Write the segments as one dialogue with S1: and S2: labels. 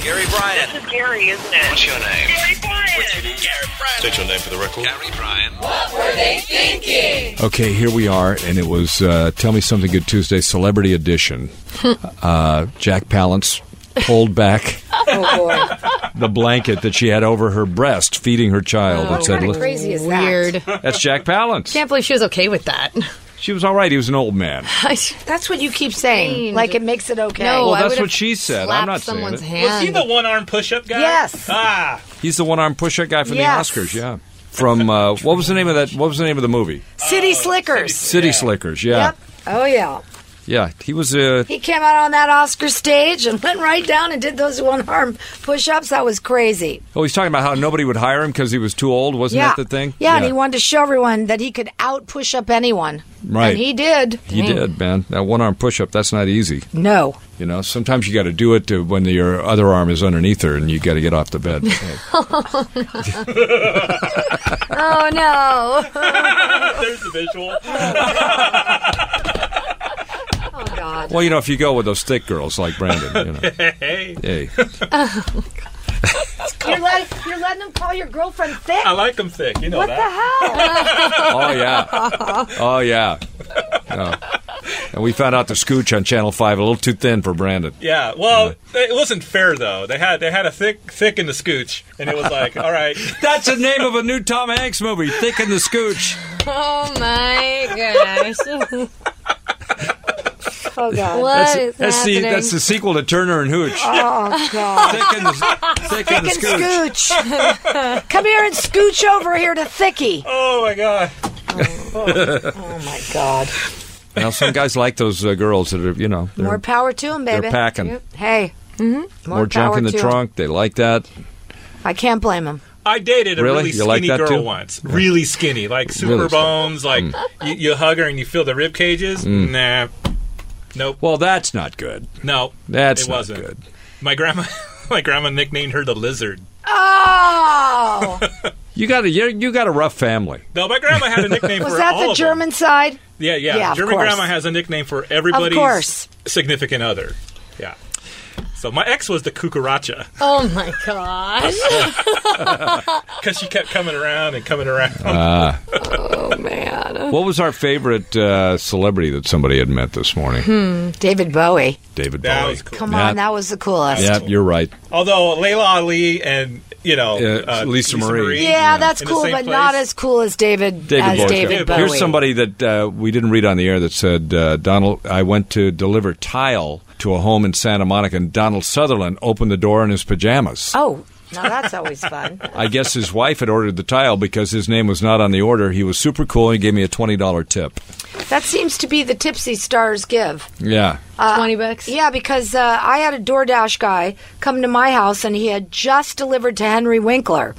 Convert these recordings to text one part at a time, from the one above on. S1: Gary Bryan.
S2: This is Gary, isn't it?
S1: What's your name?
S2: Gary Bryan.
S1: Gary Bryan.
S3: State your name for the record.
S1: Gary Bryan.
S4: Okay, here we are, and it was uh, Tell Me Something Good Tuesday Celebrity Edition. uh, Jack Palance pulled back
S5: Oh boy,
S4: the blanket that she had over her breast, feeding her child, and said,
S5: kind
S4: "Look,
S5: of Oh, crazy is that?
S6: Weird.
S4: That's Jack Palance.
S6: Can't believe she was okay with that.
S4: She was all right. He was an old man.
S5: That's what you keep saying. Like it makes it okay.
S6: no,
S4: Well,
S6: I
S4: that's
S6: would've
S4: what she said. I'm
S6: slapped
S4: not saying
S6: someone's
S4: it.
S6: hand.
S7: Was he the one-arm push-up guy?
S5: Yes.
S7: Ah,
S4: He's the one arm push up guy from
S5: Yes.
S4: the Oscars, yeah. From uh, what was the name of that? What was the name of the movie?
S5: City Slickers.
S4: City Slickers. Yeah,
S5: Yep. Oh yeah.
S4: yeah. He was uh,
S5: He came out on that Oscar stage and went right down and did those one arm push ups. That was crazy.
S4: Oh, he's talking about how nobody would hire him because he was too old. Wasn't
S5: yeah.
S4: that the thing?
S5: Yeah, and he wanted to show everyone that he could out push up anyone.
S4: Right.
S5: And he did.
S4: He did, man. That one arm push up. That's not easy.
S5: No.
S4: You know, sometimes you got to do it to when your other arm is underneath her, and you got to get off the bed.
S5: Oh no.
S7: there's the visual.
S5: oh God.
S4: well, you know, if you go with those thick girls like Brandon, you know, hey,
S5: You're, letting you're letting him call your girlfriend thick?
S7: I like him thick. You know
S5: what the
S7: that.
S5: hell?
S4: oh yeah, oh yeah. Yeah. And we found out the scooch on Channel Five a little too thin for Brandon.
S7: Yeah. Well, it wasn't fair though. They had they had a thick thick in the scooch, and it was like, all right,
S4: That's the name of a new Tom Hanks movie, Thick and the Scooch.
S6: Oh my gosh.
S5: Oh God.
S6: What
S4: That's,
S6: is
S4: that's the
S6: happening?
S4: that's the sequel to Turner and Hooch.
S5: Oh God.
S4: Thick and the, thick and the
S5: Thick
S4: Scooch.
S5: and scooch. Come here and scooch over here to Thicky.
S7: oh my god.
S5: Oh my God.
S4: Now some guys like those uh, girls that are you know they're-
S5: More power to him, baby.
S4: They're packing.
S5: Yep. Hey. Mm-hmm.
S4: more junk
S5: power
S4: in the
S5: to 'em.
S4: trunk. They like that.
S5: I can't blame him.
S7: I dated a
S4: Really?
S7: really,
S4: You like
S7: skinny
S4: that
S7: girl
S4: too?
S7: once. Really skinny, like super
S4: Really skinny. Mm.
S7: bones. Like you, you hug her and you feel the rib cages. Nah, nope,
S4: Well, that's not good.
S7: no,
S4: That's
S7: it
S4: not
S7: wasn't
S4: good.
S7: My grandma, my grandma nicknamed her the lizard.
S5: Oh,
S4: You got a you you got a rough family.
S7: No, my grandma had a nickname
S5: was
S7: for
S5: that
S7: all
S5: the
S7: of
S5: German
S7: Them.
S5: side?
S7: Yeah, yeah.
S5: Yeah, of
S7: German
S5: course.
S7: grandma has a nickname for everybody's
S5: course.
S7: significant other. Yeah. So my ex was the cucaracha
S6: Oh my gosh.
S5: Oh.
S7: because she kept coming around and coming around.
S6: Oh man.
S4: What was our favorite uh, celebrity that somebody had met this morning?
S5: David Bowie.
S4: David
S7: that
S4: Bowie.
S7: was cool.
S5: Hmm. Come
S4: Yeah.
S5: on, that was the coolest.
S4: Yeah, you're right.
S7: Although Layla Ali and you know
S4: Yeah,
S7: uh,
S4: Lisa Marie.
S5: Yeah, that's
S7: In the
S5: cool, but
S7: same
S5: not
S7: place.
S5: as cool as David,
S4: David
S5: as
S4: Bowie.
S5: David Bowie.
S4: Here's somebody that uh, we didn't read on the air that said uh, Donald. I went to deliver tile to a home in Santa Monica, and Donald Sutherland opened the door in his pajamas.
S5: Oh, now that's always fun.
S4: I guess his wife had ordered the tile because his name was not on the order. He was super cool. and He gave me a twenty dollar tip.
S5: that seems to be the tipsy stars give.
S4: Yeah.
S6: 20 bucks.
S5: Uh, Yeah, because uh, I had a DoorDash guy come to my house, and he had just delivered to Henry Winkler,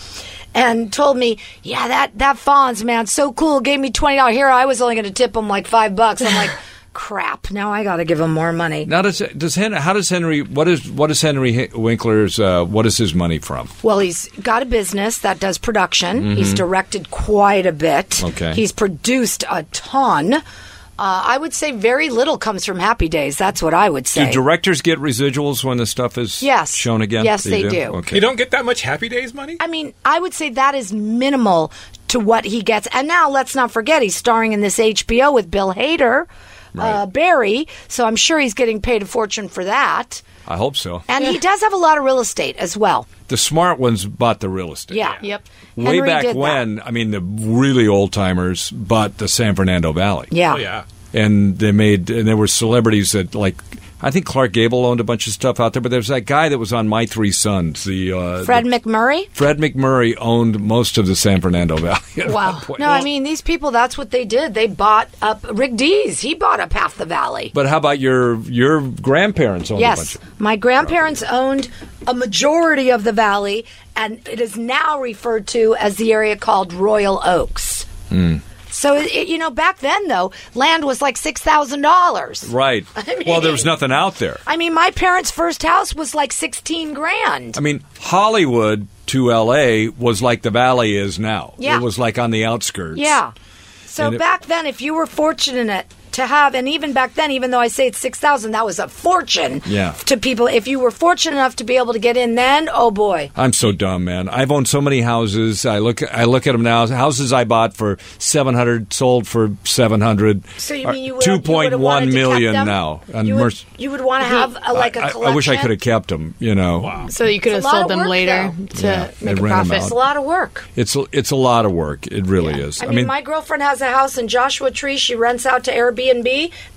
S5: and told me, "Yeah, that that Fonz man, so cool. Gave me twenty dollars. Here, I was only going to tip him like five bucks. I'm like, crap. Now I got to give him more money.
S4: Now does does Hen- how does Henry what is what is Henry Hi- Winkler's uh, what is his money from?
S5: Well, he's got a business that does production. He's directed quite a bit.
S4: Okay.
S5: he's produced a ton. Uh, I would say very little comes from Happy Days. That's what I would say.
S4: Do directors get residuals when the stuff is
S5: Yes.
S4: shown again?
S5: Yes, they do.
S4: Okay.
S7: You don't get that much Happy Days money.
S5: I mean, I would say that is minimal to what he gets. And now let's not forget he's starring in this HBO with Bill Hader, uh, Barry. So I'm sure he's getting paid a fortune for that.
S4: I hope so.
S5: And he does have a lot of real estate as well.
S4: The smart ones bought the real estate.
S5: Yeah.
S6: Yep.
S4: Way
S5: Henry
S4: back
S5: did that.
S4: when, I mean, the really old timers bought the San Fernando Valley.
S5: Yeah.
S7: Oh yeah.
S4: And they made, and there were celebrities that, like, I think Clark Gable owned a bunch of stuff out there, but there was that guy that was on My Three Sons, the uh,
S5: Fred
S4: the-
S5: McMurray?
S4: Fred McMurray owned most of the San Fernando Valley. at
S5: Wow.
S4: one point.
S5: No, I mean, these people, that's what they did. They bought up Rick Dees. He bought up half the valley.
S4: But how about your your grandparents owned a bunch
S5: Yes,
S4: of
S5: my grandparents owned a majority of the valley, and it is now referred to as the area called Royal Oaks.
S4: Hmm.
S5: So, it, it- you know, back then though, land was like six thousand dollars.
S4: Right.
S5: I
S4: well, there
S5: mean-
S4: was nothing out there.
S5: I mean, my parents' first house was like sixteen grand.
S4: I mean, Hollywood to L.A. was like the Valley is now.
S5: Yeah.
S4: It was like on the outskirts.
S5: yeah. So
S4: and it-
S5: back then, if you were fortunate to have, and even back then, even though I say it's 6,000, that was a fortune
S4: Yeah.
S5: to people. If you were fortunate enough to be able to get in then, oh boy.
S4: I'm so dumb, man. I've owned so many houses. I look, I look at them now. Houses I bought for seven hundred, sold for seven hundred.
S5: So you mean you would
S4: Uh, two point one million now?
S5: And you, would, you would want to have a, like a
S4: I-
S5: collection.
S4: I, I wish I could have kept them. You know, wow.
S6: So you could
S5: It's
S6: have
S5: a lot of
S6: sold them
S5: work,
S6: later
S5: though.
S6: to
S4: Yeah, they
S6: make a
S4: ran 'em
S6: profit.
S5: It's a lot of work.
S4: it's a- it's a lot of work. It really is.
S5: I mean, my girlfriend has a house in Joshua Tree. She rents out to Airbnb.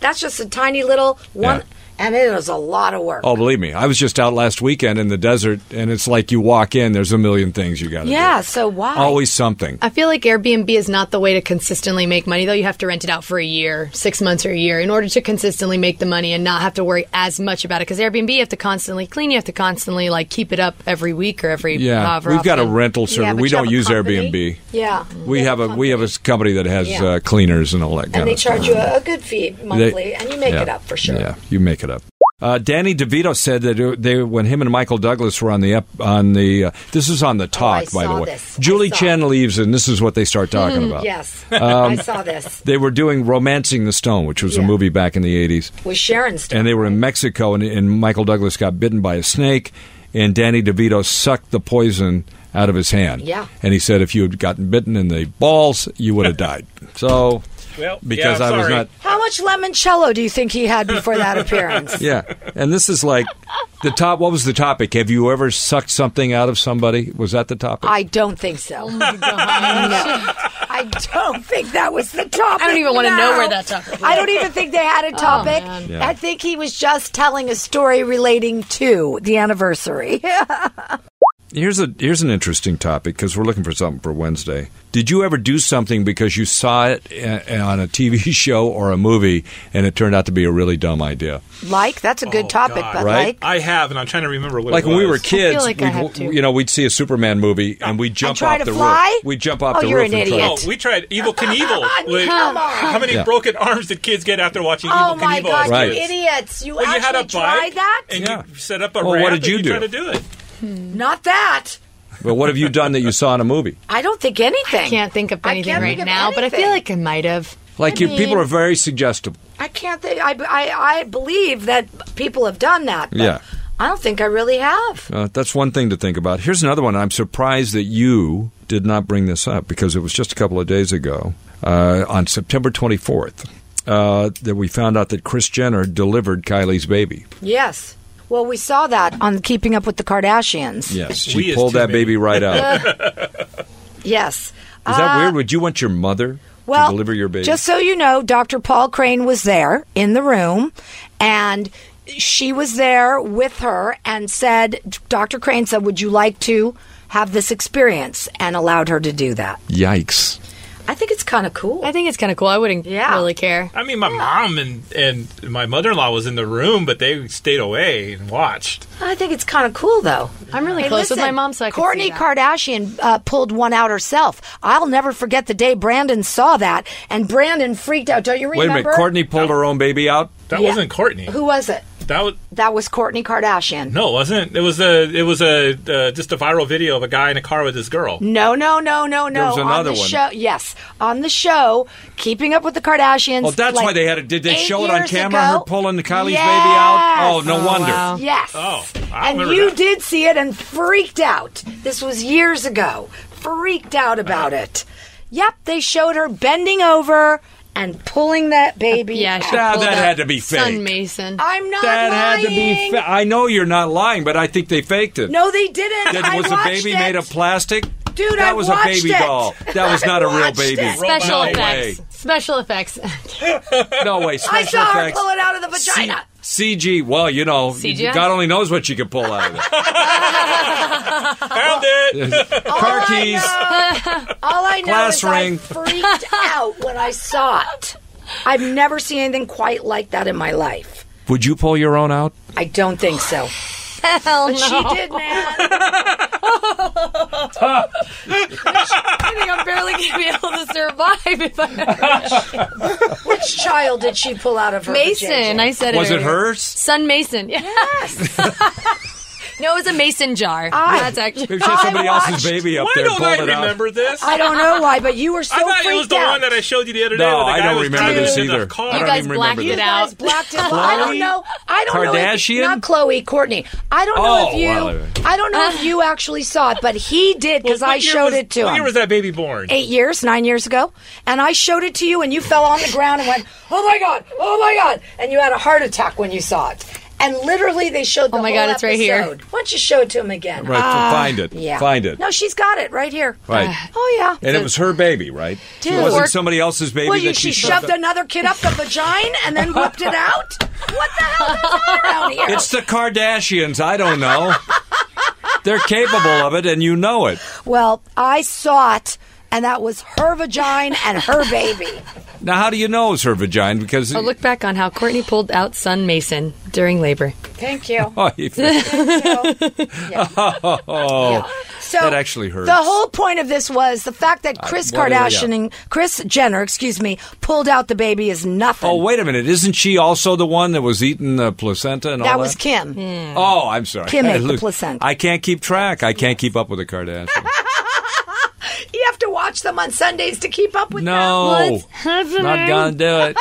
S5: That's just a tiny little one,
S4: Yeah.
S5: and it is a lot of work.
S4: oh, believe me, I was just out last weekend in the desert, and it's like you walk in. There's a million things you got to
S5: yeah.
S4: do.
S5: So why?
S4: Always something.
S6: I feel like Airbnb is not the way to consistently make money, though. You have to rent it out for a year, six months or a year, in order to consistently make the money and not have to worry as much about it. Because Airbnb, you have to constantly clean, you have to constantly like keep it up every week or every
S4: Yeah,
S6: however
S4: we've got a
S6: often.
S4: rental service.
S5: Yeah, but
S4: we
S5: you have
S4: don't
S5: a
S4: use
S5: company.
S4: Airbnb.
S5: Yeah.
S4: We have a we have a s- company that has
S5: Yeah.
S4: uh, cleaners and all that kind
S5: and they
S4: of stuff.
S5: charge you a, a good fee monthly, and you make
S4: yeah.
S5: it up for sure.
S4: Yeah, you make it up. Uh, Danny DeVito said that uh, they, when him and Michael Douglas were on the ep, on the uh, this is on the talk by
S5: saw
S4: the way.
S5: this. Oh, I
S4: Julie
S5: saw
S4: Chen leaves and this is what they start talking about.
S5: Yes,
S4: Um,
S5: I saw this
S4: They were doing Romancing the Stone, which was a
S5: Yeah.
S4: movie back in the 80s,
S5: with Sharon's.
S4: and they were in Mexico and, and Michael Douglas got bitten by a snake and Danny DeVito sucked the poison out of his hand.
S5: Yeah.
S4: And he said if you had gotten bitten in the balls, you would have died. So
S7: Well, yeah,
S4: because
S7: I'm
S4: I was
S7: sorry.
S4: not
S5: How much limoncello do you think he had before that appearance?
S4: Yeah, and this is like the top. What was the topic? Have you ever sucked something out of somebody? Was that the topic?
S5: I don't think so.
S6: Oh
S5: No. I don't think that was the topic.
S6: I don't even want to know
S5: no.
S6: where that topic. Oh,
S5: I don't even think they had a topic.
S6: man.
S4: Yeah.
S5: I think he was just telling a story relating to the anniversary.
S4: here's a here's an interesting topic because we're looking for something for Wednesday. Did you ever do something because you saw it a- on a TV show or a movie and it turned out to be a really dumb idea?
S5: like, that's a good topic,
S7: Oh, God.
S5: but
S4: Right?
S5: like,
S7: I have, and I'm trying to remember what.
S4: Like
S7: it
S4: when we were
S7: was.
S4: kids,
S6: like I
S4: we'd-
S6: have to.
S4: you know, we'd see a Superman movie and we'd jump
S5: try
S4: off
S5: to
S4: the
S5: fly?
S4: roof. We'd jump off
S5: Oh,
S4: the
S5: you're
S4: roof
S5: an
S4: and try-
S5: idiot.
S7: Oh, we tried Evil Knievel. Like,
S5: Come on.
S7: How many
S4: Yeah.
S7: broken arms did kids get after watching
S5: oh
S7: Evil Knievel?
S5: my God,
S7: as
S4: Right.
S5: you
S7: kids?
S5: idiots. You
S7: Well,
S5: actually
S7: you had a
S5: tried
S7: bike
S5: that?
S7: and
S4: Yeah.
S7: you set up a
S4: Well, what
S7: ramp.
S4: did you
S7: and
S4: do?
S7: Try to do it.
S5: Not that.
S4: But what have you done that you saw in a movie?
S5: I don't think anything.
S6: I can't think of
S5: I
S6: anything
S5: can't
S6: right
S5: think of
S6: now, but I feel
S5: anything.
S6: like I might have.
S4: Like you, people are very suggestible.
S5: I can't think. I, I, I believe that people have done that. but
S4: Yeah.
S5: I don't think I really have.
S4: Uh, that's one thing to think about. Here's another one. I'm surprised that you did not bring this up because it was just a couple of days ago uh, on September 24th uh, that we found out that Chris Jenner delivered Kylie's baby.
S5: Yes. Well, we saw that on Keeping Up with the Kardashians.
S4: Yes,
S7: We
S4: she
S7: is
S4: pulled
S7: too
S4: that
S7: many.
S4: baby right out. Is
S5: Yes. Uh,
S4: that weird? Would you want your mother to deliver your baby?
S5: Just so you know, Dr. Paul Crane was there in the room and she was there with her and said, Dr. Crane said, Would you like to have this experience? And allowed her to do that.
S4: Yikes!
S5: I think it's kind of cool.
S6: I think it's kind of cool. I wouldn't
S5: Yeah.
S6: really care.
S7: I mean, my mom and, and my mother in law was in the room, but they stayed away and watched.
S5: I think it's kind of cool, though.
S6: I'm really
S5: Hey,
S6: close
S5: listen,
S6: with my mom, so I could
S5: Kourtney
S6: see that.
S5: Kardashian uh, pulled one out herself. I'll never forget the day Brandon saw that, and Brandon freaked out. Don't you
S4: Wait
S5: remember?
S4: a minute. Courtney pulled her own baby out.
S7: That
S5: Yeah.
S7: wasn't Courtney.
S5: Who was it?
S7: That was
S5: That was Courtney Kardashian.
S7: no, it wasn't. It was a it was a uh, just a viral video of a guy in a car with his girl.
S4: Oh.
S5: No, no, no, no, no.
S4: There was another
S5: on the
S4: one.
S5: show, yes, on the show, Keeping Up with the Kardashians.
S4: Oh, that's
S5: like
S4: why they had it. Did they
S5: eight
S4: show it on
S5: years
S4: camera?
S5: ago.
S4: Her pulling the Kylie's baby out. Oh, no
S6: Oh,
S4: wonder.
S6: wow.
S5: Yes.
S7: Oh, I
S5: and
S7: remember
S5: you
S7: that.
S5: did see it and freaked out. This was years ago. Freaked out about it. Yep, they showed her bending over and pulling that baby.
S6: Yeah, she
S5: out.
S4: Nah,
S6: pulled
S4: that
S6: out
S4: had to be fake.
S6: Sun Mason.
S5: I'm not
S4: That had to be.
S5: lying.
S4: Fa- I know you're not lying, but I think they faked it.
S5: No, they didn't.
S4: That
S5: I
S4: was a
S5: watched
S4: baby
S5: it.
S4: made of plastic.
S5: Dude,
S4: that
S5: I
S4: was
S5: watched
S4: a baby
S5: it.
S4: doll. That was
S5: I
S4: not a real
S5: watched
S4: baby.
S5: it.
S6: Special
S4: no
S6: effects.
S4: Way.
S6: Special effects.
S4: No way.
S5: I
S4: Special
S5: saw her
S4: effects.
S5: pull it out of the
S4: C-
S5: vagina.
S4: CG. Well, you know,
S6: CGI?
S4: God only knows what you could pull out of it.
S7: Found it.
S4: Car keys.
S5: All I know
S4: Glass
S5: is
S4: ring.
S5: I freaked out when I saw it. I've never seen anything quite like that in my life.
S4: Would you pull your own out?
S5: I don't think so.
S6: Hell no.
S5: She did, man.
S6: I think I'm barely going to be able to survive if I.
S5: Which child did she pull out of her
S6: Mason,
S5: vajayjay?
S6: I said it.
S4: Was it
S6: earlier.
S4: hers?
S6: Son Mason. Yeah. No, it was a mason jar.
S5: I-
S6: That's actually.
S4: Maybe she had
S5: I
S4: somebody
S5: watched-
S4: else's baby up
S7: Why
S4: there
S7: don't
S4: pulling
S7: I
S4: it out.
S7: remember this?
S5: I don't know why, but you were so
S7: I thought
S5: freaked
S7: it was the
S5: out.
S7: one that I showed you the other day.
S4: No,
S7: where the
S4: I
S7: guy
S4: don't
S7: was
S4: remember
S7: driving
S4: this
S7: in the
S4: either.
S7: car.
S4: I
S6: You
S4: don't
S6: guys
S4: even remember
S6: blacked
S5: you
S6: it
S4: this.
S6: out.
S5: guys blacked out. I don't
S4: Khloe?
S5: know. I don't
S4: Kardashian?
S5: know. If, not Chloe, Courtney. I don't know
S4: Oh,
S5: if you.
S4: well, I-
S5: I don't know if you actually saw it, but he did because
S7: What
S5: I
S7: year
S5: showed
S7: was-
S5: it to
S7: What
S5: him.
S7: year was that baby born?
S5: Eight years, nine years ago, and I showed it to you, and you fell on the ground and went, "Oh my god, oh my god!" And you had a heart attack when you saw it. And literally, they showed the
S6: Oh my
S5: whole
S6: God, it's right here.
S5: episode. Why don't you show it to him again?
S4: Right,
S5: Ah,
S4: find it.
S5: yeah.
S4: Find it.
S5: No, she's got it right here.
S4: Right.
S5: Oh yeah.
S4: And it was her baby, right?
S5: Dude.
S4: it wasn't
S5: Or-
S4: somebody else's baby
S5: Well,
S4: that
S5: you, she
S4: shoved
S5: shoved another kid up the vagina and then whipped it out. What the hell is on around here?
S4: It's the Kardashians. I don't know. They're capable of it, and you know it.
S5: well, I saw it, and that was her vagina and her baby.
S4: Now, how do you know it's her vagina? Because
S5: Oh,
S6: I'll look back on how Courtney pulled out son Mason during labor.
S5: Thank you.
S4: Oh, you- that
S5: So
S4: actually hurts. Uh,
S5: The whole point of this was the fact that Chris
S4: what- yeah.
S5: Kardashian and Chris Jenner, excuse me, pulled out the baby is nothing.
S4: oh, wait a minute. Isn't she also the one that was eating the placenta and all
S5: that
S4: that?
S5: was Kim.
S4: Oh, I'm sorry.
S5: Kim ate the
S4: Look,
S5: placenta.
S4: I can't keep track. I can't keep up with the Kardashians.
S5: You have to watch them on Sundays to keep up with them.
S4: No, Ah. not gonna do it.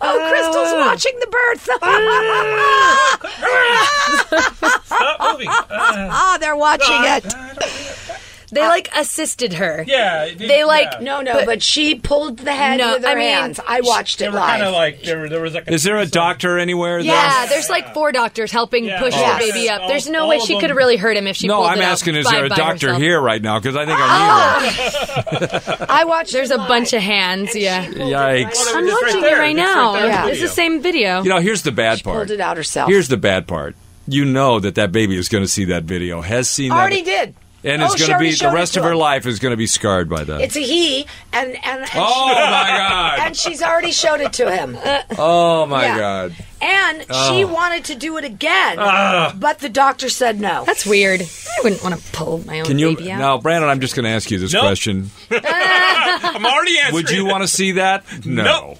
S5: Oh, Crystal's watching the birth.
S4: Ah.
S7: Stop moving. Uh,
S5: ah, they're watching it.
S6: They like assisted her.
S7: yeah,
S6: They like
S7: yeah.
S5: No, no, but, she pulled the head
S6: No,
S5: with her
S6: I mean,
S5: hands. I watched
S7: They
S5: it
S7: were kind of
S5: live.
S7: like there, were- there was like. A
S4: Is there a doctor anywhere?
S6: Yeah,
S4: there?
S6: there's like four doctors helping
S7: Yeah.
S6: push
S5: Yes.
S6: the baby up. There's no
S7: All-
S6: way
S7: all
S6: she
S7: of
S6: could have
S7: them.
S6: really hurt him if she
S4: No,
S6: pulled
S4: I'm
S6: it up
S4: asking, is
S6: by-
S4: there a
S6: by
S4: doctor
S6: herself.
S4: here right now? Because I think
S5: Oh,
S4: I need
S5: I watched.
S6: There's
S5: it
S6: a
S5: live.
S6: bunch of hands.
S5: And
S6: yeah.
S5: she pulled it
S4: Yikes.
S5: right out.
S7: Well,
S6: I'm
S7: It's right
S6: watching
S7: there.
S6: it right
S7: It's right
S6: now.
S7: there
S5: in the
S6: It's the
S7: video.
S6: same video.
S4: one. You know, here's the bad part.
S5: Pulled it out herself.
S4: Here's the bad part. You know that that baby is going to see that video, has seen that,
S5: Already did.
S4: and it's
S5: Oh,
S4: going
S5: she
S4: to
S5: already
S4: be
S5: showed
S4: the
S5: it
S4: rest
S5: to
S4: of her
S5: him.
S4: life is going to be scarred by that.
S5: It's a he, and and, and
S4: oh
S5: she-
S4: my god!
S5: and she's already showed it to him.
S6: Uh,
S4: Oh my
S5: Yeah.
S4: god!
S5: And she
S4: Oh.
S5: wanted to do it again,
S4: Ah.
S5: but the doctor said no.
S6: That's weird. I wouldn't want to pull my own
S4: Can you
S6: baby out.
S4: now, Brandon? I'm just going to ask you this
S7: Nope.
S4: question.
S7: I'm already answering.
S4: Would you want to see that? No.
S7: Nope.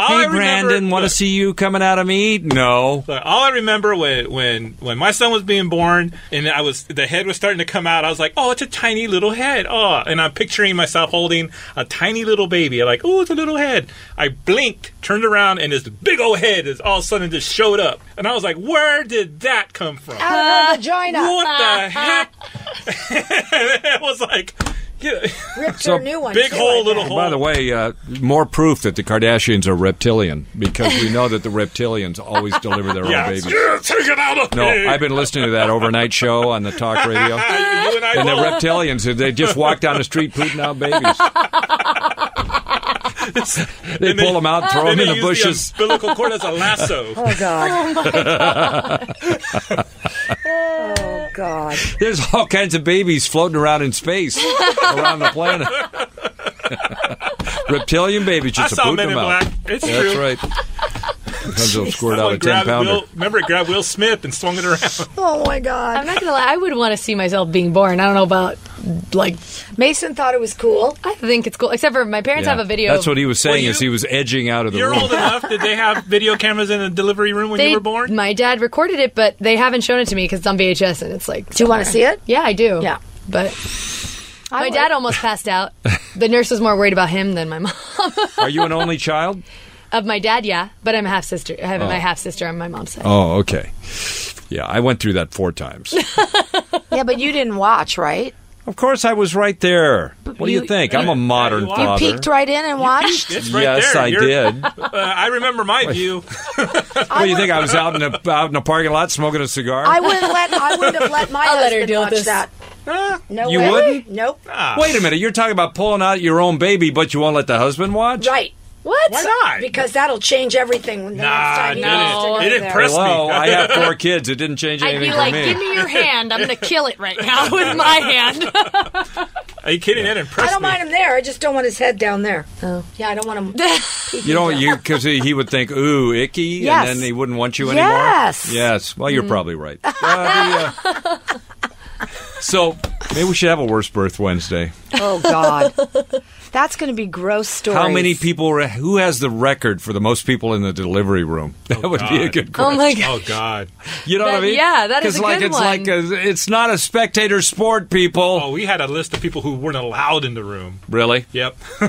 S4: Hey, Brandon, want to see you coming out of me? No.
S7: But all I remember when when when my son was being born and I was the head was starting to come out, I was like, "Oh, it's a tiny little head." Oh, and I'm picturing myself holding a tiny little baby. I'm like, "Oh, it's a little head." I blinked, turned around, and this big old head is all of a sudden just showed up, and I was like, "Where did that come from?"
S5: Out of her vagina,
S7: what the heck? it was like. yeah,
S5: ripped
S4: So
S5: her new one.
S7: big
S5: too,
S7: hole,
S5: I
S7: little
S5: bet.
S7: hole.
S4: By the way, uh, more proof that the Kardashians are reptilian because we know that the reptilians always deliver their
S7: yeah,
S4: own babies.
S7: Yeah, take it out of
S4: No,
S7: me.
S4: I've been listening to that overnight show on the talk radio.
S7: You and I
S4: And the
S7: both.
S4: reptilians, they just walk down the street putting out babies. They
S7: And they-
S4: pull them out, throw
S7: Then
S4: them in
S7: they
S4: the
S7: use
S4: bushes.
S7: The umbilical cord as a lasso.
S5: Oh God. Oh God.
S4: There's all kinds of babies floating around in space around the planet. Reptilian babies
S7: I
S4: just
S7: saw
S4: pooting
S7: Men
S4: them
S7: in
S4: out.
S7: Black. It's
S4: That's
S7: true.
S4: right. Sometimes they'll squirt out
S7: Someone
S4: a ten
S7: grabbed
S4: pounder.
S7: Will, remember, it grabbed Will Smith and swung it around.
S5: Oh my God.
S6: I'm not gonna lie. I would want to see myself being born. I don't know about like.
S5: Mason thought it was cool.
S6: I think it's cool, except for my parents
S4: Yeah.
S6: have a video.
S4: That's what he was saying
S7: Well,
S4: is
S7: you-
S4: he was edging out of the
S7: You're
S4: room.
S7: old enough. Did they have video cameras in the delivery room when
S6: they,
S7: you were born?
S6: My dad recorded it, but they haven't shown it to me because it's on VHS, and it's like.
S5: Do you want to see it?
S6: Yeah, I do.
S5: Yeah.
S6: but
S5: I
S6: my
S5: would.
S6: dad almost passed out. The nurse was more worried about him than my mom.
S4: Are you an only child?
S6: Of my dad, yeah, but I'm a half sister. I have my half sister on my mom's side.
S4: Oh, okay. Yeah, I went through that four times.
S5: Yeah, but you didn't watch, right?
S4: Of course, I was right there. What do you
S6: you-
S4: think? I'm a modern
S7: you are. You
S4: father.
S5: Peeked right in and watched.
S7: It's right
S4: yes,
S7: there.
S4: I
S7: You're-
S4: did. What
S7: Uh, I remember my view.
S4: do you think? I was out in a out in a parking lot smoking a cigar.
S5: I wouldn't let. I wouldn't have let my
S6: I'll let her
S5: husband
S6: deal with
S5: watch
S6: this.
S5: that. No
S4: You
S5: way.
S4: wouldn't?
S5: Nope.
S4: Wait a minute. You're talking about pulling out your own baby, but you won't let the husband watch.
S5: Right.
S6: What?
S7: Why not?
S5: Because that'll change everything. When the next
S7: nah,
S5: time
S7: it
S5: he
S7: didn't.
S5: wants to go
S7: it
S5: there.
S7: impressed
S4: Hello,
S7: me.
S4: I have four kids. It didn't change
S6: I'd be
S4: anything
S6: like,
S4: for me.
S6: give me your hand. I'm gonna kill it right now with my hand.
S7: Are you kidding? It impressed
S5: I don't
S7: me.
S5: mind him there. I just don't want his head down there. Oh. Yeah, I don't want him.
S4: you know, you because he, he would think, ooh, icky,
S5: Yes.
S4: and then he wouldn't want you anymore.
S5: Yes.
S4: Yes. Well,
S6: Mm.
S4: you're probably right. Uh, the, uh, so maybe we should have a worse birth Wednesday.
S5: oh God. That's going to be gross stories.
S4: How many people? Re- who has the record for the most people in the delivery room? That would be a
S7: God.
S4: good
S6: Oh
S4: question.
S6: my
S7: Oh
S6: god.
S7: God!
S4: you know what I
S6: That-
S4: mean?
S6: yeah, that is
S4: 'Cause
S6: a
S4: like
S6: good
S4: it's
S6: one.
S4: like a, it's not a spectator sport, people.
S7: Oh, we had a list of people who weren't allowed in the room.
S4: Really?
S7: Yep,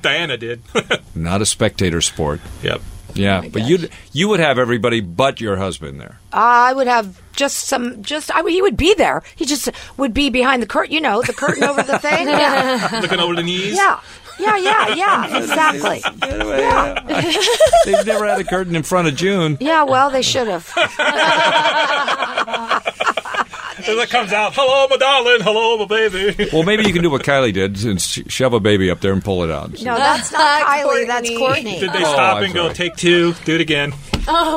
S7: Diana did.
S4: Not a spectator sport.
S7: yep.
S4: Yeah,
S6: Oh my
S4: but
S6: gosh.
S4: you you would have everybody but your husband there.
S5: Ah, I would have just some. Just I, would- he would be there. He just would be behind the curtain. You know, the curtain over the thing. Yeah,
S7: Looking over the knees.
S5: yeah, yeah, yeah, yeah. Exactly.
S4: They've never had a curtain in front of June.
S5: Yeah. Well, they should have.
S7: As it comes out, hello, my darling. Hello, my baby.
S4: Well, maybe you can do what Kylie did and sh- shove a baby up there and pull it out.
S5: No, that's not Kylie. That's
S6: Courtney.
S5: Courtney.
S7: Did they
S4: Oh,
S7: stop
S4: I'm
S7: and go
S4: sorry.
S7: take two? Do it again.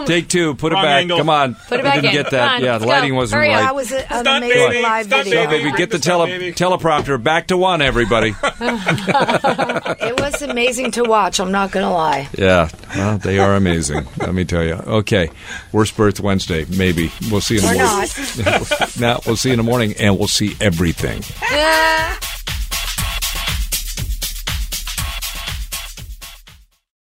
S4: Take two, put it
S7: Wrong
S4: back.
S7: angle.
S4: Come on,
S6: Put
S4: we
S6: it back
S4: didn't
S6: in.
S4: get that.
S6: Come on,
S4: yeah, the
S6: let's
S4: lighting
S6: go.
S4: wasn't
S6: Hurry up.
S4: right.
S5: That was a- an
S7: Stunt
S5: amazing
S7: baby,
S5: live
S7: stunt
S5: video.
S4: So, baby,
S7: Bring
S4: get the
S7: the sound,
S4: tele-
S7: baby.
S4: teleprompter back to one, everybody.
S5: It was amazing to watch. I'm not going to lie.
S4: yeah, well, they are amazing. let me tell you. Okay, worst birth Wednesday. Maybe we'll see you in the
S5: Or
S4: morning. now we'll see you in the morning, and we'll see everything.
S6: Yeah.